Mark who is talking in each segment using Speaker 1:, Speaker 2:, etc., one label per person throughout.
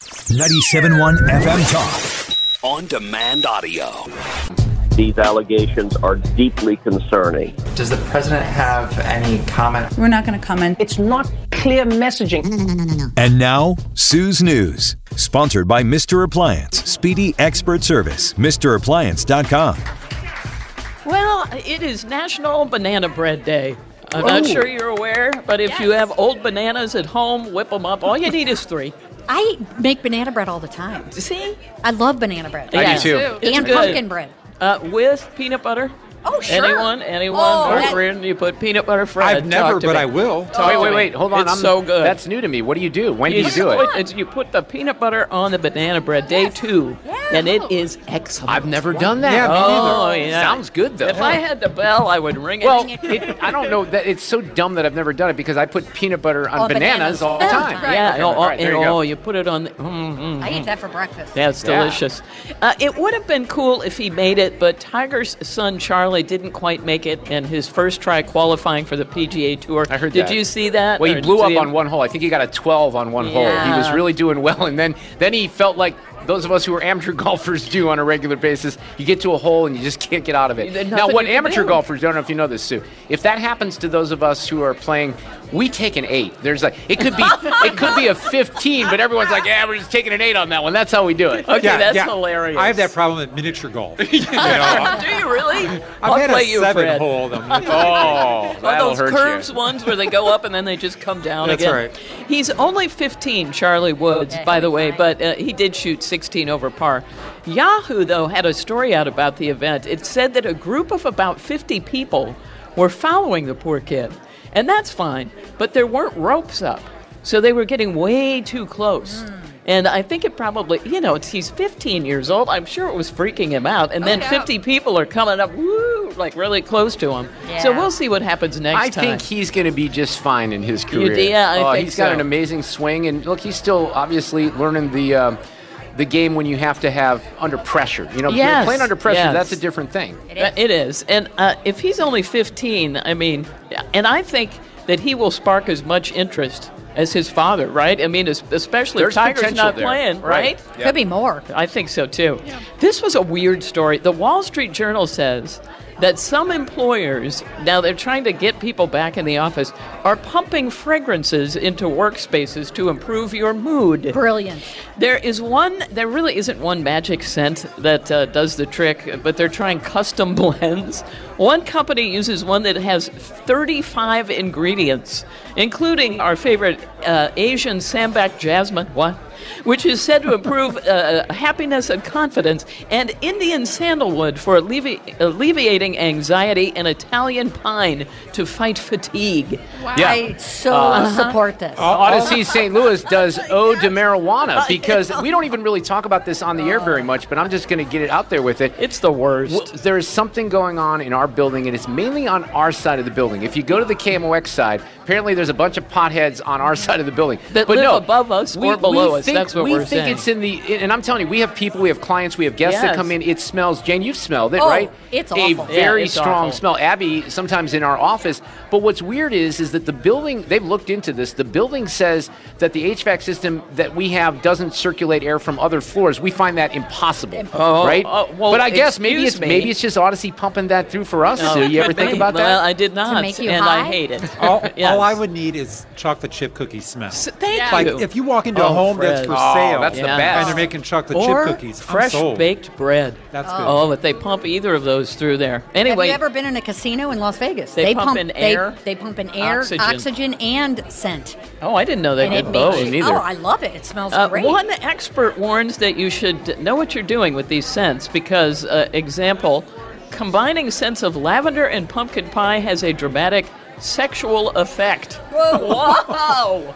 Speaker 1: 97.1 FM Talk.
Speaker 2: On demand audio.
Speaker 3: These allegations are deeply concerning.
Speaker 4: Does the president have any comment?
Speaker 5: We're not going to comment.
Speaker 6: It's not clear messaging. No, no, no, no, no.
Speaker 1: And now, Sue's News. Sponsored by Mr. Appliance, Speedy Expert Service, MrAppliance.com.
Speaker 7: Well, Ah, it is National Banana Bread Day. I'm not sure you're aware, but if you have old bananas at home, whip them up. All you need is three.
Speaker 5: I make banana bread all the time.
Speaker 7: See?
Speaker 5: I love banana bread.
Speaker 4: I do too.
Speaker 7: It's
Speaker 5: and
Speaker 7: good.
Speaker 5: pumpkin bread.
Speaker 7: Uh, with peanut butter.
Speaker 5: Oh, sure.
Speaker 7: Anyone, anyone,
Speaker 5: Oh,
Speaker 7: or
Speaker 5: that-
Speaker 7: friend, you put peanut butter Fred.
Speaker 4: I've never,
Speaker 7: Talk to
Speaker 4: but
Speaker 7: me.
Speaker 4: I will.
Speaker 7: Talk
Speaker 8: wait,
Speaker 7: to
Speaker 8: wait,
Speaker 7: me.
Speaker 8: wait. Hold on.
Speaker 7: It's
Speaker 8: I'm,
Speaker 7: so good.
Speaker 8: That's new to me. What do you do? When do you do
Speaker 7: put,
Speaker 8: it?
Speaker 7: it's- you put the peanut butter on the banana bread day two, and it is excellent.
Speaker 8: I've never done that.
Speaker 4: Yeah, me
Speaker 7: Oh, yeah.
Speaker 8: Sounds good though.
Speaker 7: If I had the bell, I would ring it.
Speaker 8: well, it, I don't know that it's so dumb that I've never done it because I put peanut butter on
Speaker 5: On
Speaker 8: bananas,
Speaker 5: bananas.
Speaker 8: all the
Speaker 5: Yeah,
Speaker 8: time.
Speaker 5: right.
Speaker 7: yeah.
Speaker 8: Okay,
Speaker 7: oh,
Speaker 8: all right, there
Speaker 7: and,
Speaker 8: you go.
Speaker 7: oh, you put it on. The, mm, mm,
Speaker 5: I eat that for breakfast.
Speaker 7: That's
Speaker 8: Yeah.
Speaker 7: delicious. Uh, it would have been cool if he made it, but Tiger's son Charlie didn't quite make it in his first try qualifying for the PGA Tour.
Speaker 8: I heard
Speaker 7: Did
Speaker 8: that.
Speaker 7: you see that?
Speaker 8: Well,
Speaker 7: Or
Speaker 8: he blew
Speaker 7: did
Speaker 8: up
Speaker 7: you-
Speaker 8: on one hole. I think he got a 12 on one hole. He was
Speaker 7: Yeah.
Speaker 8: really doing well, and then then he felt like those of us who are amateur golfers do on a regular basis. You get to a hole and you just can't get out of it.
Speaker 7: There's
Speaker 8: Now,
Speaker 7: nothing
Speaker 8: what
Speaker 7: you can
Speaker 8: amateur
Speaker 7: do.
Speaker 8: golfers don't know if you know this, Sue. If that happens to those of us who are playing, we take an eight. There's like it could be it could be a 15, but everyone's like, yeah, we're just taking an eight on that one. That's how we do it.
Speaker 7: Okay,
Speaker 4: Yeah,
Speaker 7: that's
Speaker 4: yeah.
Speaker 7: hilarious.
Speaker 4: I have that problem at miniature golf. You know,
Speaker 7: Do you really?
Speaker 4: I've
Speaker 7: will
Speaker 4: had
Speaker 7: play
Speaker 4: a
Speaker 7: you,
Speaker 4: seven
Speaker 7: Fred.
Speaker 4: hole. Though.
Speaker 8: Oh,
Speaker 7: Or
Speaker 8: that'll
Speaker 7: those
Speaker 8: hurt
Speaker 7: curves
Speaker 8: you.
Speaker 7: ones where they go up and then they just come down
Speaker 4: That's
Speaker 7: again.
Speaker 4: right.
Speaker 7: He's only 15, Charlie Woods,
Speaker 5: Okay,
Speaker 7: by the
Speaker 5: he's
Speaker 7: way,
Speaker 5: fine.
Speaker 7: but uh, he did shoot 16 over par. Yahoo, though, had a story out about the event. It said that a group of about 50 people were following the poor kid, and that's fine, but there weren't ropes up, so they were getting way too close.
Speaker 5: Hmm.
Speaker 7: And I think it probably, you know, it's, he's 15 years old. I'm sure it was freaking him out. And then 50 people are coming up, woo, like really close to him. So
Speaker 5: Yeah.
Speaker 7: we'll see what happens next
Speaker 8: I
Speaker 7: time.
Speaker 8: think he's going to be just fine in his
Speaker 7: You
Speaker 8: career.
Speaker 7: do? Yeah, I
Speaker 8: oh,
Speaker 7: think
Speaker 8: he's got
Speaker 7: so.
Speaker 8: an amazing swing, and look, he's still obviously learning the um, the game when you have to have under pressure. You know,
Speaker 7: Yes,
Speaker 8: playing under pressure
Speaker 7: yes.
Speaker 8: that's a different thing.
Speaker 7: Uh, It is. And uh, if he's only 15, I mean, and I think that he will spark as much interest as his father, right? I mean, es- especially
Speaker 8: There's
Speaker 7: if Tiger's
Speaker 8: potential
Speaker 7: not
Speaker 8: there.
Speaker 7: playing,
Speaker 8: Right.
Speaker 7: right?
Speaker 5: Could be more.
Speaker 7: I think so too. This was a weird story. The Wall Street Journal says that some employers, now they're trying to get people back in the office, are pumping fragrances into workspaces to improve your mood.
Speaker 5: Brilliant.
Speaker 7: There is one. There really isn't one magic scent that uh, does the trick, but they're trying custom blends. One company uses one that has 35 ingredients, including our favorite uh, Asian sambac jasmine. What? Which is said to improve uh, happiness and confidence, and Indian sandalwood for allevi- alleviating anxiety, and Italian pine to fight fatigue.
Speaker 5: I so
Speaker 7: Uh-huh.
Speaker 5: support this.
Speaker 8: Odyssey St. Louis does Ode to Marijuana because we don't even really talk about this on the air very much, but I'm just going to get it out there with it.
Speaker 7: It's the worst.
Speaker 8: Well, there is something going on in our building, and it's mainly on our side of the building. If you go to the KMOX side, apparently there's a bunch of potheads on our side of the building
Speaker 7: That
Speaker 8: but
Speaker 7: live
Speaker 8: no,
Speaker 7: above us
Speaker 8: we,
Speaker 7: or below
Speaker 8: we
Speaker 7: us.
Speaker 8: Think,
Speaker 7: That's what
Speaker 8: we
Speaker 7: we're
Speaker 8: think
Speaker 7: saying.
Speaker 8: it's in the. And I'm telling you, we have people, we have clients, we have guests that
Speaker 7: Yes.
Speaker 8: come in. It smells. Jen, you've smelled it,
Speaker 5: Oh,
Speaker 8: right?
Speaker 5: it's
Speaker 8: a
Speaker 5: awful.
Speaker 7: Yeah,
Speaker 8: very
Speaker 7: it's
Speaker 8: strong
Speaker 7: awful.
Speaker 8: smell. Abby, sometimes in our office. But what's weird is, is that the building. They've looked into this. The building says that the HVAC system that we have doesn't circulate air from other floors. We find that impossible,
Speaker 7: Oh,
Speaker 8: right?
Speaker 7: oh, well,
Speaker 8: but I guess maybe
Speaker 7: excuse
Speaker 8: it's
Speaker 7: me.
Speaker 8: maybe it's just Odyssey pumping that through for us. Sue. You ever think about that?
Speaker 7: Well, I did not,
Speaker 5: make you
Speaker 7: and I
Speaker 5: high?
Speaker 7: hate it.
Speaker 4: All,
Speaker 7: Yes.
Speaker 4: all I would need is chocolate chip cookie smell.
Speaker 7: S- Thank
Speaker 4: like
Speaker 7: you.
Speaker 4: if you walk into a
Speaker 7: Oh,
Speaker 4: home that's
Speaker 7: bread.
Speaker 4: for sale.
Speaker 7: Oh, that's the best.
Speaker 4: And they're making chocolate
Speaker 7: Or
Speaker 4: chip cookies. I'm
Speaker 7: Fresh
Speaker 4: sold.
Speaker 7: baked bread.
Speaker 4: That's good.
Speaker 7: Oh, but they pump either of those through there. Anyway,
Speaker 5: Have you ever been in a casino in Las Vegas?
Speaker 7: They pump in
Speaker 5: they-
Speaker 7: air,
Speaker 5: They, pump in air,
Speaker 7: oxygen.
Speaker 5: oxygen, and scent.
Speaker 7: oh, I didn't know they
Speaker 5: and
Speaker 7: did
Speaker 5: it
Speaker 7: both.
Speaker 5: makes you, oh, I love it. It smells
Speaker 7: Uh,
Speaker 5: great.
Speaker 7: one expert warns that you should know what you're doing with these scents because, uh, example, combining scents of lavender and pumpkin pie has a dramatic sexual effect.
Speaker 5: Whoa!
Speaker 7: Wow!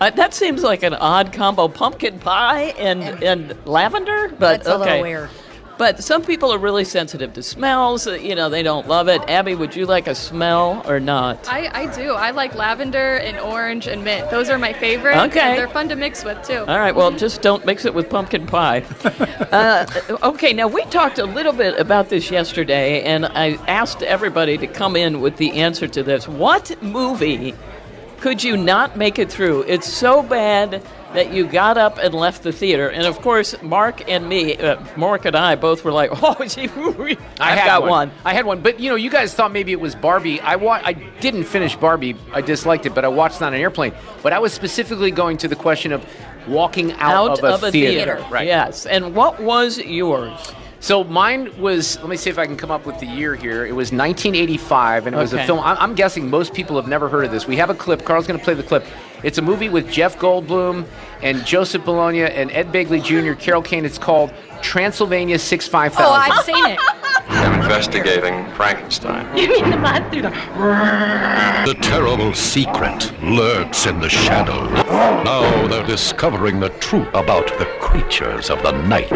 Speaker 7: Uh, that seems like an odd combo: pumpkin pie and and lavender. But
Speaker 5: That's a little
Speaker 7: okay.
Speaker 5: weird.
Speaker 7: But some people are really sensitive to smells. uh, You know, they don't love it. Abby, would you like a smell or not?
Speaker 9: I, I do. I like lavender and orange and mint. Those are my favorite.
Speaker 7: Okay.
Speaker 9: And they're fun to mix with too.
Speaker 7: All right, well, just don't mix it with pumpkin pie. uh, okay, now we talked a little bit about this yesterday, and I asked everybody to come in with the answer to this. What movie could you not make it through? It's so bad that you got up and left the theater. And of course, Mark and me, uh, Mark and I both were like, oh, gee, we-
Speaker 8: I
Speaker 7: I've
Speaker 8: had
Speaker 7: got
Speaker 8: one. I had one, but you know, you guys thought maybe it was Barbie. I wa- I didn't finish Barbie. I disliked it, but I watched it on an airplane. But I was specifically going to the question of walking out,
Speaker 7: Out of a
Speaker 8: theater.
Speaker 7: theater,
Speaker 8: Right.
Speaker 7: Yes. And what was yours?
Speaker 8: So mine was. Let me see if I can come up with the year here. It was 1985, and it was a
Speaker 7: Okay.
Speaker 8: film. I- I'm guessing most people have never heard of this. We have a clip. Carl's going to play the clip. It's a movie with Jeff Goldblum and Joseph Bologna and Ed Begley Jr., Carol Kane. It's called Transylvania Six Five
Speaker 5: oh,
Speaker 8: Thousand.
Speaker 5: I've seen it.
Speaker 10: I'm investigating Frankenstein.
Speaker 5: you mean the bathroom?
Speaker 11: The terrible secret lurks in the shadows. Now they're discovering the truth about the creatures of the night.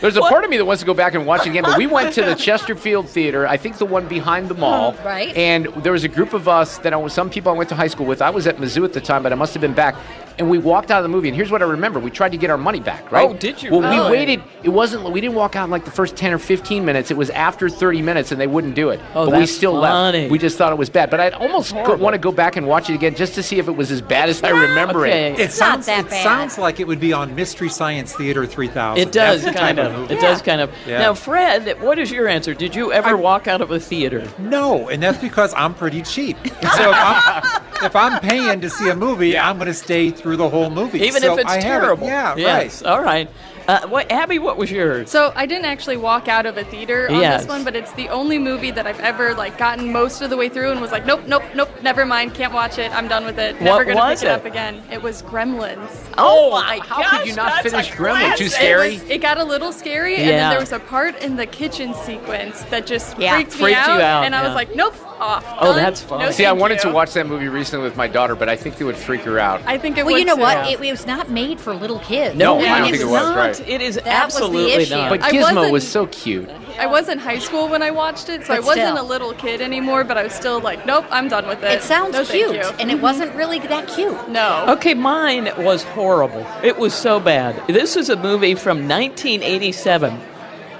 Speaker 8: There's a part of me that wants to go back and watch it again, but we went to the Chesterfield Theater, I think the one behind the mall.
Speaker 5: Right.
Speaker 8: And there was a group of us that I was, some people I went to high school with. I was at Mizzou at the time, but I must have been back. And we walked out of the movie, and here's what I remember: we tried to get our money back, right?
Speaker 7: Oh, did you
Speaker 8: Well,
Speaker 7: really?
Speaker 8: we waited. It wasn't. We didn't walk out in like the first ten or fifteen minutes. It was after thirty minutes, and they wouldn't do it.
Speaker 7: Oh,
Speaker 8: but we
Speaker 7: that's
Speaker 8: still
Speaker 7: funny.
Speaker 8: left. We just thought it was bad. But I'd almost go, want to go back and watch it again just to see if it was as bad as I remember it.
Speaker 4: It sounds, it sounds like it would be on Mystery Science Theater 3000.
Speaker 7: It does,
Speaker 4: That's the
Speaker 7: kind
Speaker 4: type
Speaker 7: of. It does, kind of.
Speaker 4: Yeah.
Speaker 7: Now, Fred, what is your answer? Did you ever walk out of a theater?
Speaker 4: No, and that's because I'm pretty cheap. So if I'm, if I'm paying to see a movie, I'm going to stay through the whole movie.
Speaker 7: Even
Speaker 4: So
Speaker 7: if it's
Speaker 4: I haven't-
Speaker 7: terrible.
Speaker 4: Yeah,
Speaker 7: yes. All right. Uh, what, Abby, what was yours?
Speaker 9: So I didn't actually walk out of a theater on
Speaker 7: Yes.
Speaker 9: this one, but it's the only movie that I've ever like gotten most of the way through and was like, nope, nope, nope, never mind, can't watch it. I'm done with it. Never
Speaker 7: What
Speaker 9: gonna
Speaker 7: was
Speaker 9: pick it? up
Speaker 7: it?
Speaker 9: again. It was Gremlins.
Speaker 7: Oh, my
Speaker 8: How could you not finish Gremlin? Too
Speaker 9: It
Speaker 8: scary.
Speaker 9: was- It, got a little scary, and
Speaker 8: Yeah.
Speaker 9: then there was a part in the kitchen sequence that just
Speaker 8: Yeah.
Speaker 9: freaked, me
Speaker 8: Freaked
Speaker 9: out,
Speaker 8: you out,
Speaker 9: and I
Speaker 8: yeah.
Speaker 9: was like, nope, off.
Speaker 8: Oh,
Speaker 9: done.
Speaker 8: that's
Speaker 9: No,
Speaker 8: See, I
Speaker 9: thank
Speaker 8: wanted
Speaker 9: you.
Speaker 8: to watch that movie recently with my daughter, but I think it would freak her out.
Speaker 9: I think it
Speaker 5: Well,
Speaker 9: would
Speaker 5: you know
Speaker 9: too.
Speaker 5: what? It, was not made for little kids.
Speaker 8: No, I don't think it was. Right.
Speaker 7: It is
Speaker 9: absolutely issue. not.
Speaker 8: But
Speaker 9: I
Speaker 8: Gizmo
Speaker 9: wasn't-
Speaker 8: was so cute.
Speaker 9: I was in high school when I watched it, so
Speaker 5: But
Speaker 9: I wasn't
Speaker 5: still.
Speaker 9: a little kid anymore, but I was still like, nope, I'm done with it.
Speaker 5: It sounds
Speaker 9: No, thank
Speaker 5: cute,
Speaker 9: you.
Speaker 5: and it wasn't really that cute.
Speaker 9: No.
Speaker 7: Okay, mine was horrible. It was so bad. This is a movie from 1987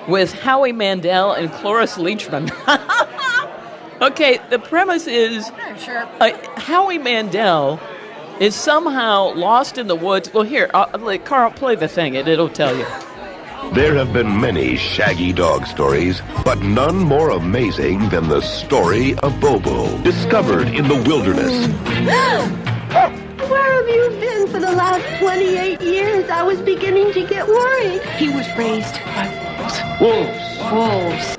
Speaker 7: with Howie Mandel and Cloris Leachman. okay, the premise is
Speaker 5: I'm sure.
Speaker 7: uh, Howie Mandel is somehow lost in the woods. Well, here, uh, like, Carl, play the thing, and it'll tell you.
Speaker 11: There have been many shaggy dog stories, but none more amazing than the story of Bobo, discovered in the wilderness.
Speaker 12: Where have you been for the last 28 years? I was beginning to get worried. He was raised by wolves.
Speaker 8: Wolves.
Speaker 12: Wolves.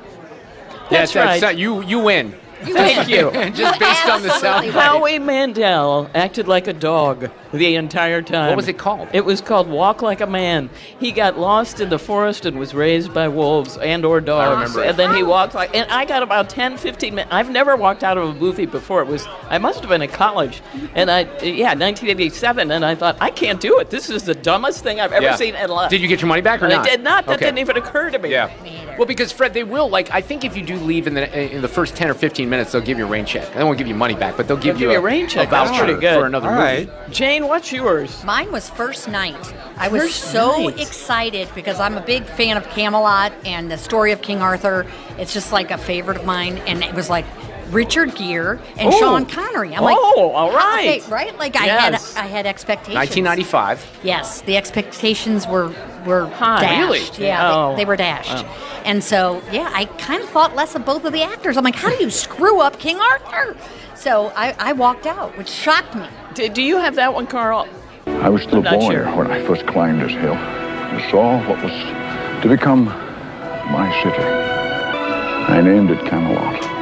Speaker 8: Yes,
Speaker 7: That's right.
Speaker 8: not- you you win.
Speaker 7: Thank you.
Speaker 8: Just based on the sound.
Speaker 7: Howie Mandel acted like a dog the entire time.
Speaker 8: What was it called?
Speaker 7: It was called Walk Like a Man. He got lost in the forest and was raised by wolves and or dogs.
Speaker 8: remember it.
Speaker 7: And then he walked like and I got about 10 15 minutes. I've never walked out of a movie before. It was I must have been in college. And I yeah, 1987 and I thought I can't do it. This is the dumbest thing I've ever
Speaker 8: Yeah.
Speaker 7: seen in life.
Speaker 8: Did you get your money back or
Speaker 7: I
Speaker 8: not?
Speaker 7: did not. That
Speaker 8: Okay.
Speaker 7: didn't even occur to me.
Speaker 8: Yeah. Well, because Fred, they will like. I think if you do leave in the in the first ten or fifteen minutes, they'll give you a rain check. They won't give you money back, but they'll give
Speaker 7: They'll give you a rain check. That's
Speaker 8: voucher
Speaker 7: pretty good.
Speaker 8: for another
Speaker 7: All
Speaker 8: movie.
Speaker 7: Jane, what's yours?
Speaker 5: Mine was first night. I was
Speaker 7: First
Speaker 5: so
Speaker 7: Night.
Speaker 5: excited because I'm a big fan of Camelot and the story of King Arthur. It's just like a favorite of mine, and it was like Richard Gere and
Speaker 8: Oh.
Speaker 5: Sean Connery. I'm
Speaker 7: Oh,
Speaker 5: like,
Speaker 7: all
Speaker 5: okay,
Speaker 7: right.
Speaker 5: right? Like
Speaker 7: Yes.
Speaker 5: I had, I had expectations.
Speaker 8: 1995.
Speaker 5: Yes, the expectations were were
Speaker 7: High.
Speaker 5: dashed.
Speaker 7: Really?
Speaker 5: Yeah,
Speaker 7: Oh.
Speaker 5: they, they were dashed.
Speaker 7: Wow.
Speaker 5: And so, yeah, I kind of thought less of both of the actors. I'm like, how do you screw up King Arthur? So I, I walked out, which shocked me.
Speaker 7: Do, do you have that one, Carl?
Speaker 13: I was still
Speaker 7: I'm not
Speaker 13: born
Speaker 7: sure.
Speaker 13: when I first climbed this hill and saw what was to become my city. I named it Camelot.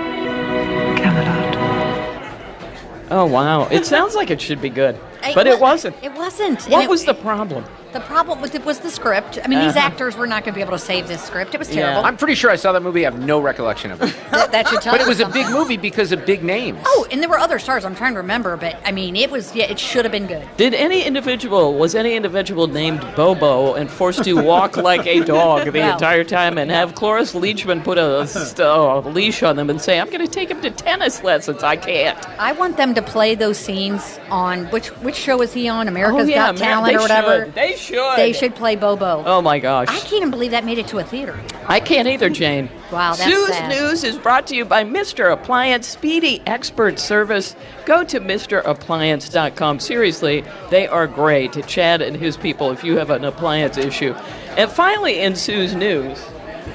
Speaker 7: Oh wow! It sounds like it should be good, but it
Speaker 5: wa-
Speaker 7: wasn't.
Speaker 5: It wasn't. And
Speaker 7: What
Speaker 5: it-
Speaker 7: was the problem?
Speaker 5: The problem with it was the script. I mean, these
Speaker 4: Uh-huh.
Speaker 5: actors were not going to be able to save this script. It was terrible.
Speaker 4: I'm pretty sure I saw that movie. I have no recollection of it.
Speaker 5: That, that should tell
Speaker 4: but it
Speaker 5: you
Speaker 4: was a
Speaker 5: something.
Speaker 4: big movie because of big names.
Speaker 5: Oh, and there were other stars. I'm trying to remember, but I mean, it was. Yeah, it should have been good.
Speaker 7: Did any individual was any individual named Bobo and forced to walk like a dog the
Speaker 5: No.
Speaker 7: entire time and have Cloris Leachman put a, st- oh, a leash on them and say, "I'm going to take him to tennis lessons"? I can't.
Speaker 5: I want them to play those scenes on which which show is he on? America's
Speaker 7: Oh, yeah,
Speaker 5: Got
Speaker 7: Ameri-
Speaker 5: Talent
Speaker 7: they
Speaker 5: or whatever.
Speaker 7: should. They should.
Speaker 5: They should play Bobo.
Speaker 7: Oh my gosh!
Speaker 5: I can't even believe that made it to a theater.
Speaker 7: I can't either, Jane.
Speaker 5: Wow, that's
Speaker 7: Sue's
Speaker 5: sad.
Speaker 7: News is brought to you by Mr. Appliance Speedy Expert Service. Go to MrAppliance.com. Seriously, they are great. Chad and his people, if you have an appliance issue. And finally, in Sue's News,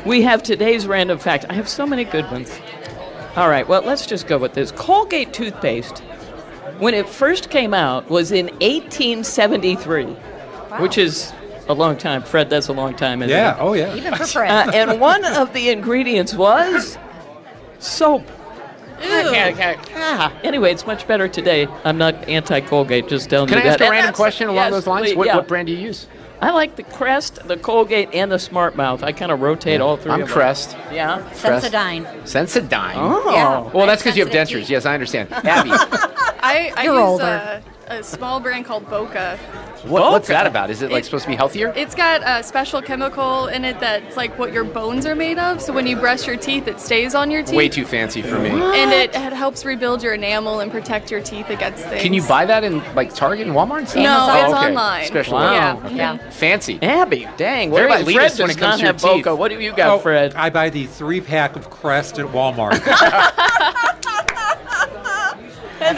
Speaker 7: we have today's random fact. I have so many good ones. All right, well, let's just go with this. Colgate toothpaste, when it first came out, was in 1873, which is a long time. Fred, that's a long time, isn't
Speaker 14: Yeah,
Speaker 7: it?
Speaker 14: oh, yeah.
Speaker 5: Even for Fred.
Speaker 7: Uh, and one of the ingredients was soap. Ah, anyway, it's much better today. I'm not anti Colgate, just telling
Speaker 4: Can I
Speaker 7: you that.
Speaker 4: ask a
Speaker 7: And
Speaker 4: random
Speaker 7: that's-
Speaker 4: question along
Speaker 7: yes,
Speaker 4: those lines?
Speaker 7: please,
Speaker 4: What,
Speaker 7: yeah.
Speaker 4: what brand do you use?
Speaker 7: I like the Crest, the Colgate, and the Smart Mouth. I kind of rotate all three.
Speaker 4: I'm
Speaker 7: of them.
Speaker 4: Crest.
Speaker 7: Yeah.
Speaker 5: Sensodyne.
Speaker 4: Sensodyne.
Speaker 7: Oh. Yeah.
Speaker 4: Well, that's because you have
Speaker 9: Sensitive
Speaker 4: dentures. Yes, I understand. Abby,
Speaker 9: I, I
Speaker 5: You're
Speaker 9: use
Speaker 5: older.
Speaker 9: A, a small brand called Boca.
Speaker 4: what, what's that about? Is it like supposed to be healthier?
Speaker 9: It's got a special chemical in it that's like what your bones are made of. So when you brush your teeth, it stays on your teeth.
Speaker 4: Way too fancy for me.
Speaker 9: And it, it helps rebuild your enamel and protect your teeth against things.
Speaker 4: Can you buy that in like Target and Walmart? and stuff?
Speaker 9: No,
Speaker 4: Oh,
Speaker 9: it's
Speaker 4: okay.
Speaker 9: online.
Speaker 4: Special.
Speaker 7: Wow.
Speaker 9: Yeah.
Speaker 4: Okay.
Speaker 9: Yeah.
Speaker 4: Fancy.
Speaker 7: Abby, dang. What
Speaker 4: Very
Speaker 7: about
Speaker 4: elitist
Speaker 7: Fred
Speaker 4: when
Speaker 7: does
Speaker 4: it comes
Speaker 7: not
Speaker 4: to your
Speaker 7: have
Speaker 4: teeth.
Speaker 7: Boca. What do you got,
Speaker 14: Oh,
Speaker 7: Fred?
Speaker 14: I buy the three pack of Crest at Walmart.
Speaker 7: And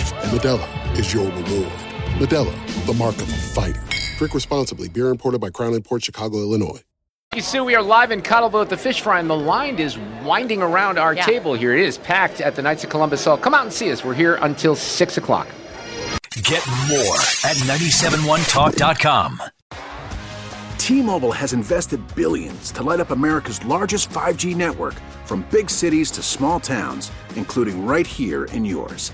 Speaker 15: and Medella is your reward. Medella, the mark of a fighter. Drink responsibly. Beer imported by Crown Port Chicago, Illinois.
Speaker 4: you, Sue. We are live in Cottleville at the Fish Fry, and the line is winding around our
Speaker 5: Yeah.
Speaker 4: table here. It is packed at the Knights of Columbus. So come out and see us. We're here until 6 o'clock.
Speaker 16: Get more at 971talk.com.
Speaker 8: T-Mobile has invested billions to light up America's largest 5G network from big cities to small towns, including right here in yours.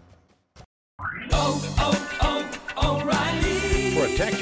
Speaker 17: Protect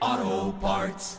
Speaker 18: Auto Parts.